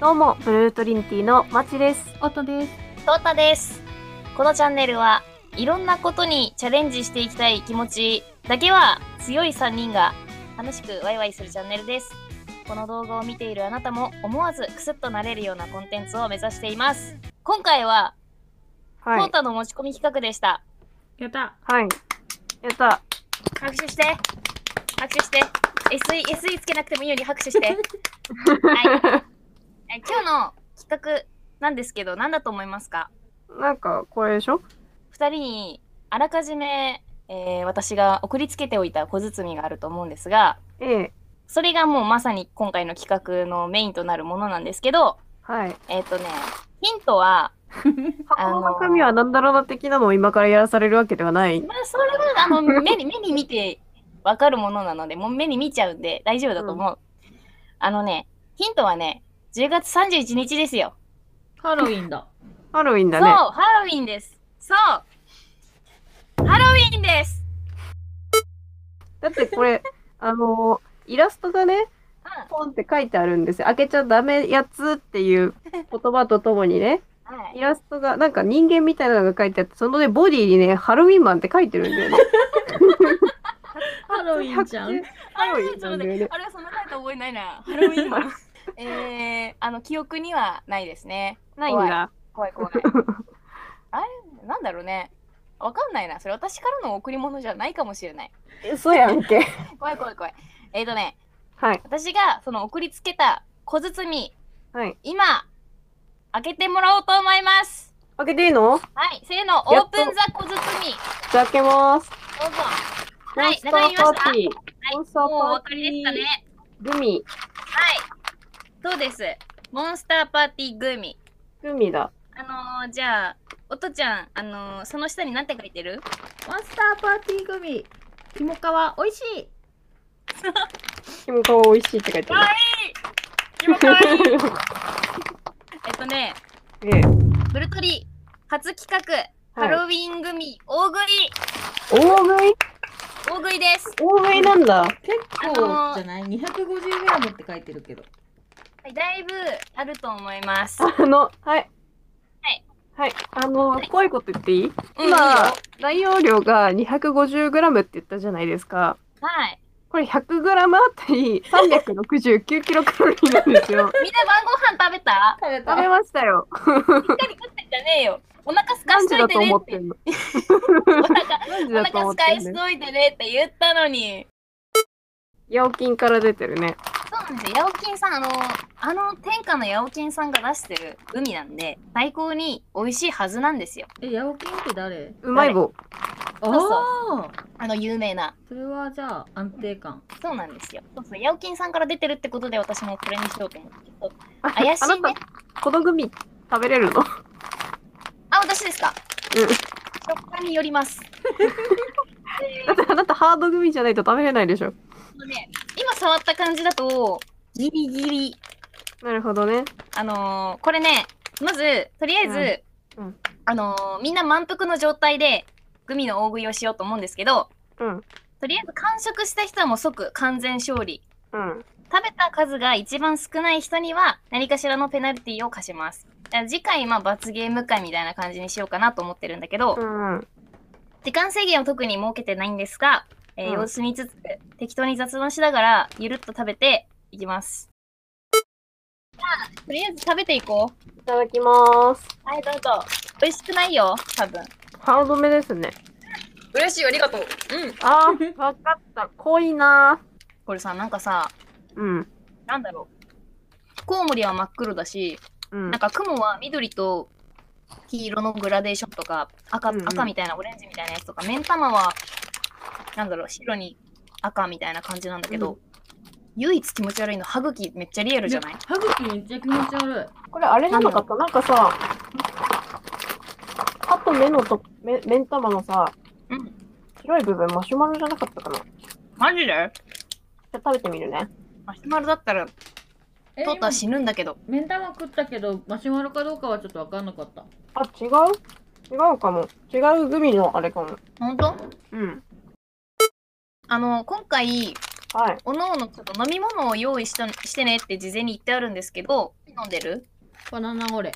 どうも、ブルートリニティのまちです。音です。トータです。このチャンネルはいろんなことにチャレンジしていきたい気持ちだけは強い3人が楽しくワイワイするチャンネルです。この動画を見ているあなたも思わずクスッとなれるようなコンテンツを目指しています。今回は、トはーい。タの持ち込み企画でした。やった。はい。やった。拍手して拍手して !SE、SE つけなくてもいいように拍手 してはいえ今日の企画なんですけど、何だと思いますか なんか、これでしょ2人にあらかじめ、えー私が送りつけておいた小包みがあると思うんですがええ。それがもうまさに今回の企画のメインとなるものなんですけどはい。えっ、とねヒントは、あ箱の中身は何だろうな的なのを今からやらされるわけではない。まあ、それはあの 目に目に見てわかるものなのでもう目に見ちゃうんで大丈夫だと思う、あのねヒントはね10月31日ですよ、ハロウィンだ。ハロウィンだそうね。ハロウィンですそうハロウィンですだってこ れ、あのーイラストがね、ポンって書いてあるんですよ。開けちゃダメやつっていう言葉とともにね、うん、はいイラストが、なんか人間みたいなのが書いてあって、そのね、ボディにね、ハロウィンマンって書いてるんだよね。 ハロウィンじゃん。 ハロウィンなんだよね。あれはそんなタイトル覚えないな。ハロウィン マン。えー、あの記憶にはないですね。ないんだ。怖い怖い。あれなんだろうね。わかんないな。それ私からの贈り物じゃないかもしれない。嘘やんけ。怖い怖い怖い。えっ、ー、とね、はい。私がその送りつけた小包、はい。今、開けてもらおうと思います。開けていいのはい、せーの、やっオとープンザ小包。どうぞ。じゃあ開けます。モンはい、中ス見タまーしパた。ーはティー。い、モンスターパーティーもうお分かりですかね。グミ。はい。そうです。モンスターパーティーグミ。グミだ。あのー、じゃあ、おとちゃん、あのー、その下に何て書いてるマスターパーティー組。ひもかわ、美味しい。ひもかわ美味しいって書いてあ気持ち悪いる。 えっとね、ええ。ブルトリ初企画、はハいロウィン組大食い、大食い大食いです。大食いなんだ。結あのー構じゃない ?250g って書いてるけど。はいだいぶあると思います。あの、はい。はい。はい。あの、怖いこと言っていいうんいいよ今、大容量が 250g って言ったじゃないですか。はい。これ 100g あたり 369kcal なんですよ。みんな晩ご飯食べた食べ食べましたよ。しっかり食ってんじゃねえよ。お腹すか何時しといだてとね思っってて。んのお腹何時おだと思っ腹すかてしんのといてねって言ったのに。腰筋から出てるね。そうなんですよ。ヤオキンさん、あの、あの天下のヤオキンさんが出してる海なんで、最高に美味しいはずなんですよ。え、ヤオキンって誰うまい棒。ああー。あの、有名な。それはじゃあ安定感。そうなんですよ。そうそう、ヤオキンさんから出てるってことで、私もこれにしようと思って。ちょっとあ怪しいねあなた、このグミ食べれるの あ、私ですか。うん食感によります。 だってあなたハードグミじゃないと食べれないでしょ。あのね、今触った感じだと、ギリギリ。なるほどね。あのーこれね、まず、とりあえず、うんうんあのーみんな満腹の状態で、グミの大食いをしようと思うんですけど、うん。とりあえず完食した人はもう即完全勝利。うん。食べた数が一番少ない人には何かしらのペナルティを課します。だから次回、まあ、罰ゲーム会みたいな感じにしようかなと思ってるんだけど、うん。時間制限は特に設けてないんですが、えうーん様子見つつ、適当に雑談しながら、ゆるっと食べていきます。じゃあ、とりあえず食べていこう。いただきます。はい、どうぞ。美味しくないよ、多分。ハードめですね。嬉しい、ありがとう。うん。あ ー、わかった。濃いなこれさ、なんかさ、ー。うん。なんだろう。コウモリは真っ黒だし、うんなん。か雲は緑と黄色のグラデーションとか赤,、うんうん赤みたいなオレンジみたいなやつとか目ん玉はなんだろう白に赤みたいな感じなんだけど、う唯一気持ち悪いの歯茎めっちゃリアルじゃない、ね歯茎めっちゃ気持ち悪い。これあれなのかと、なんかさ、歯と目のと、目、目ん玉のさ、うん白い部分マシュマロじゃなかったかな。じマジでゃあ食べてみるね。マシュマロだったらえ取ったら死ぬんだけど今目ん玉食ったけど、マシュマロかどうかはちょっとわかんなかった。あ、違う違うかも。違うグミのあれかも。本当うん。あの今回はい。おのおのちょっと飲み物を用意したしてねって事前に言ってあるんですけど飲んでるバナナオレ。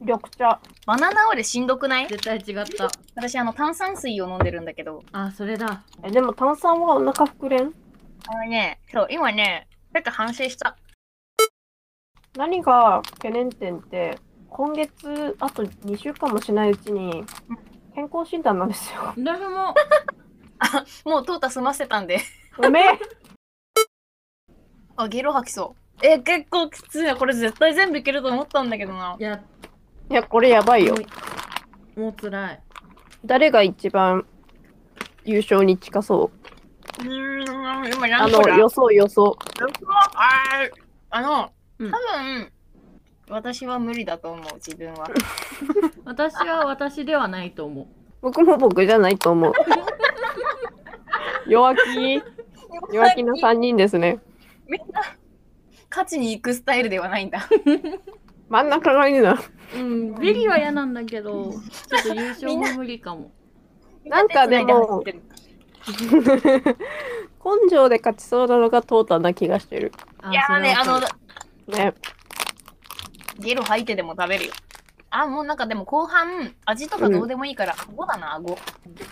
緑茶。バナナオレしんどくない絶対違った。私あの炭酸水を飲んでるんだけどあ、それだ。え、でも炭酸はお腹膨れんあのねそう今ねちょっと反省した何が懸念点って、今月あと2週間もしないうちに健康診断なんです よ。私も。もう淘汰済ませたんでごめんあゲロ吐きそうえ結構きついなこれ絶対全部いけると思ったんだけどないや、いや、これやばいよ。もう辛い。誰が一番優勝に近そううーん今あ何個の、だ予想予想。あーあの、うん多分私は無理だと思う自分は私は私ではないと思う。僕も僕じゃないと思う。弱気 弱気の3人ですね。みんな勝ちに行くスタイルではないんだ真ん中がい いな。うん、ベリーは嫌なんだけど、ちょっと優勝も無理かも。なんかでも手繋いで走ってる根性で勝ちそうなのがトータな気がしてる。あいやーねあそれのはね。ゲロ吐いてでも食べるよあもうなんかでも後半味とかどうでもいいから、顎だな顎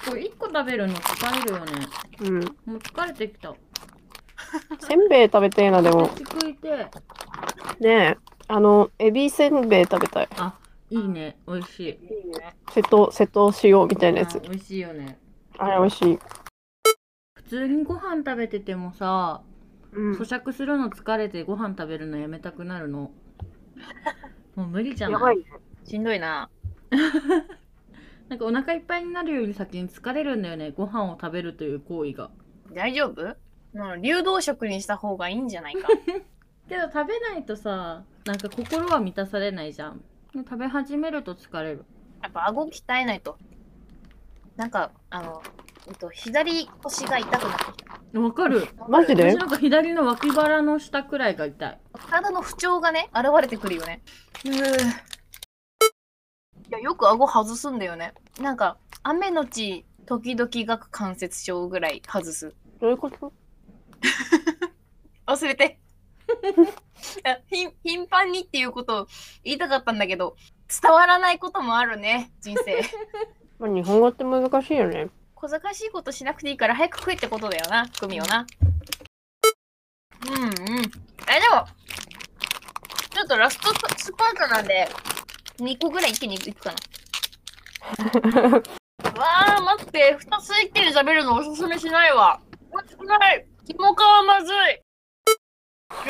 これ一個食べるの疲れるよね。うん。もう疲れてきた。せんべい食べてえな、でも。私食いてえ。ねえ。あの、エビせんべい食べたい。あ、いいね。美味しい。瀬戸、瀬戸塩みたいなやあつ。美味しいよね。あれ、美味しい。普通にご飯食べててもさ、う咀嚼するの疲れてご飯食べるのやめたくな るの。もう無理じゃやなばい。いね。しんどいななんかお腹いっぱいになるより先に疲れるんだよね。ご飯を食べるという行為が。大丈夫もう流動食にした方がいいんじゃない かけど食べないとさ、なんか心は満たされないじゃん。で食べ始めると疲れる。やっぱ顎鍛えないとなんかあのえっと左腰が痛くなってきたわかる。マジで私なんか左の脇腹の下くらいが痛い。体の不調がね現れてくるよねうーいやよく顎外すんだよねなんか雨のち時々顎関節症ぐらい外すどういうこと忘れて いや頻頻繁にっていうことを言いたかったんだけど伝わらないこともあるね人生まあ日本語って難しいよね。小賢しいことしなくていいから早く食えってことだよな組をなうんうんえでもちょっとラストスパートなんで2個ぐらい一気にいくかなうわあ待って2つ一気に食べるのおすすめしないわおいしくない肝皮まずい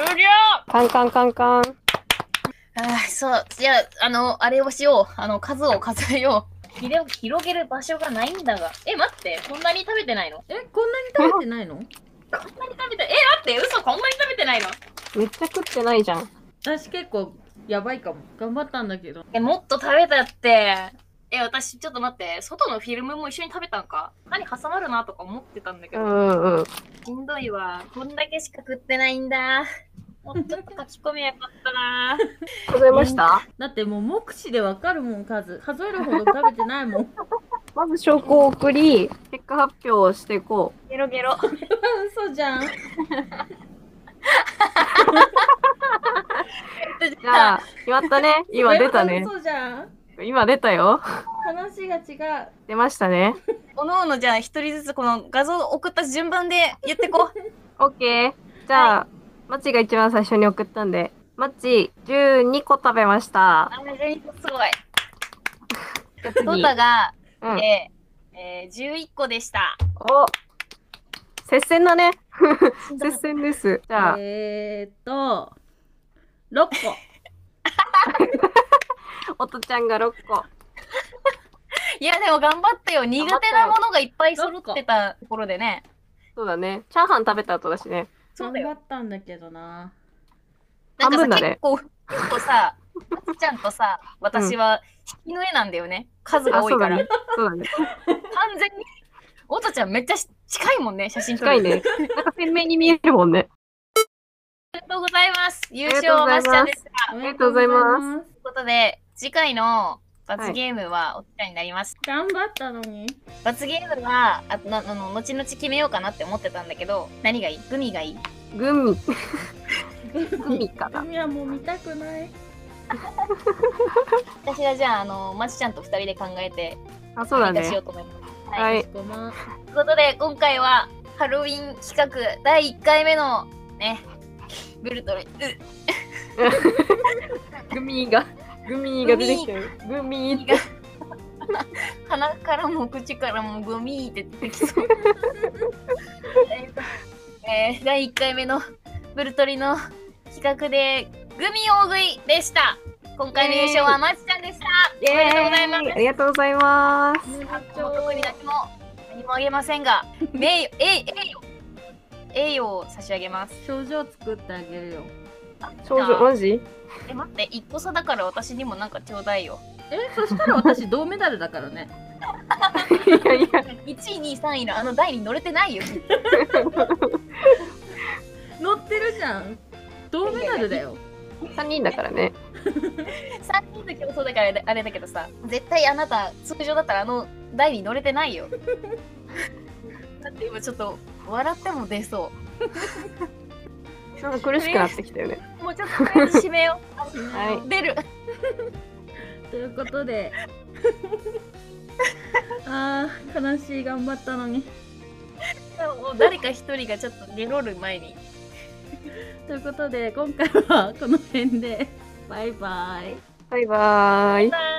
終了カンカンカンカン。ああ、そう。いや、あの、あれをしよう。あの、数を数えよう。ひれ広げる場所がないんだが。え、待って。こんなに食べてないのえ、こんなに食べてないのこんなに食べて、え、待って。嘘、こんなに食べてないのめっちゃ食ってないじゃん。私結構やばいかも。頑張ったんだけど。え、もっと食べたって。え、私、ちょっと待って。外のフィルムも一緒に食べたんか。何挟まるなとか思ってたんだけうど。んうん。しんどいわ。こんだけしか食ってないんだ。もうちょっと書き込みやかったな。食べましただってもう目視でわかるもん数。数えるほど食べてないもん。 まず証拠を送り、結果発表をしていこ ゲロゲロ。嘘じゃん。う。じゃあ、決まったね。 今出たね。嘘じゃん。今出たよ。話が違う。出ましたね。おのおの、じゃあ、一人ずつこの画像を送った順番で言ってこう。オッケー。じゃあ、マッチが一番最初に送ったんで、マッチ12個食べました。 あ、12個すごい。じゃあト次ータが、うん、えーえー、11個でした。お接戦だ ね。接戦です。じゃあ、えーっと、6個。おとちゃんが6個。いや、でも頑張ったよ。苦手なものがいっぱい揃ってたところでね。そうだね。チャーハン食べた後だしね。そう頑だよ張ったんだけどな。なんかさ、半分だね結構、結構さ、まつちゃんとさ、私は引きの絵なんだよね。数が多いから。あそうだね。そうだね。完全に。おとちゃんめっちゃし近いもんね、写真撮る近い ね。なんか鮮明に見えるもんね。ありがとうございます。優ありがとう勝、ございますまっちゃんでした。おりがとうございますめでとうございます。ということで、次回の罰ゲームはお世話になりました。頑張ったのに。罰ゲームはあなあの後々決めようかなって思ってたんだけど何がいいグミがいいグ ミ。グミかな。いやもう見たくない。私はじゃああのまちちゃんと2人で考えてあ、そうだ何かしね。ようと思います。はかいし。こまん。ということで今回はハロウィン企画第1回目のねブルトレうグミが。グミが出てきてる。グミって。鼻からも口からもグミって出てき そう。えーとえー第1回目のブルトリの企画でグミ大食いでした。今回の優勝はまちちゃんでした。イエーイありがとうございます。この特に何も何もあげませんが、名誉、えい栄誉、栄誉を差し上げます。症状作ってあげるよ。少女、マジ え、待って、一個差だから私にもなんかちょうだいよ。え、そしたら私銅メダルだからね。いやいや、 1位、2位、3位のあの台に乗れてないよ。乗ってるじゃん。銅メダルだよ。 3人だからね。 3人の競争だからあれだあれだけどさ、絶対あなた、通常だったらあの台に乗れてないよ。だって今ちょっと笑っても出そなんか苦しくなってきたよね。う。もうちょっととりあえず締めよ。。はいう出る。ということで。あー悲しい頑張ったのに。もう誰か一人がちょっとゲロる前に。ということで今回はこの辺でバイバイ。バイバーイ。バイ